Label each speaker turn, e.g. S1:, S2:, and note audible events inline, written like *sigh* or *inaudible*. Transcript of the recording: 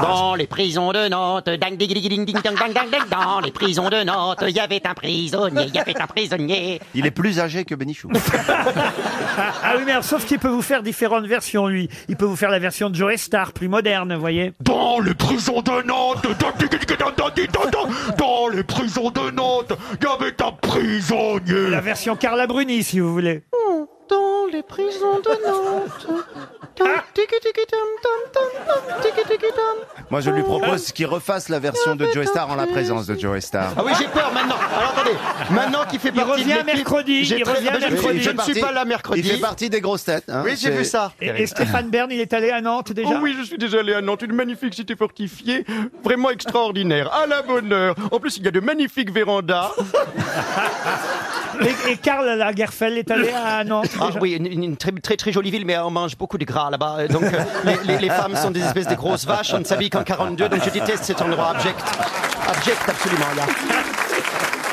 S1: Dans les prisons de Nantes, dang ding ding ding ding dang dang dang dang, dans les prisons de Nantes, il y avait un prisonnier, il y avait un prisonnier.
S2: Il est plus âgé
S1: *laughs*
S2: que Bénichou.
S3: Ah, ah oui, mais alors, sauf qu'il peut vous faire différentes versions, lui. Il peut vous faire la version de Joe Star, plus moderne, vous voyez.
S4: Dans les prisons de Nantes, dans, dans- dans- dans- dans- dans les prisons de Nantes, il y avait un prisonnier.
S3: La version Carla Bruni, si vous voulez.
S5: Dans les prisons de Nantes.
S2: Moi, je lui propose qu'il refasse la version de Joe Star en la présence de Joe Star.
S1: Ah oui, j'ai peur maintenant. Alors attendez, maintenant qu'il fait partie
S3: revient
S1: de l'équipe,
S3: mercredi,
S1: j'ai
S3: il
S1: très-
S3: revient
S1: Ah ben, je-
S3: mercredi.
S1: Je ne suis pas là mercredi.
S2: Il fait partie des grosses têtes. hein.
S1: Oui, j'ai
S2: C'est-
S1: vu ça.
S3: Et, et Stéphane Bern, il est allé à Nantes déjà
S4: Oh oui, je suis déjà allé à Nantes, une magnifique cité fortifiée, vraiment extraordinaire, à la bonne heure. En plus, il y a de magnifiques vérandas.
S3: Et, et Karl Lagerfeld est allé à Nantes
S1: Ah
S3: déjà
S1: oui, une, une- une très, très très jolie ville, mais on mange beaucoup de gras là-bas. Et Donc euh, les, les- les femmes sont des espèces de grosses vaches, on ne s'habille qu'en 42, donc je déteste cet endroit abject. Abject absolument là.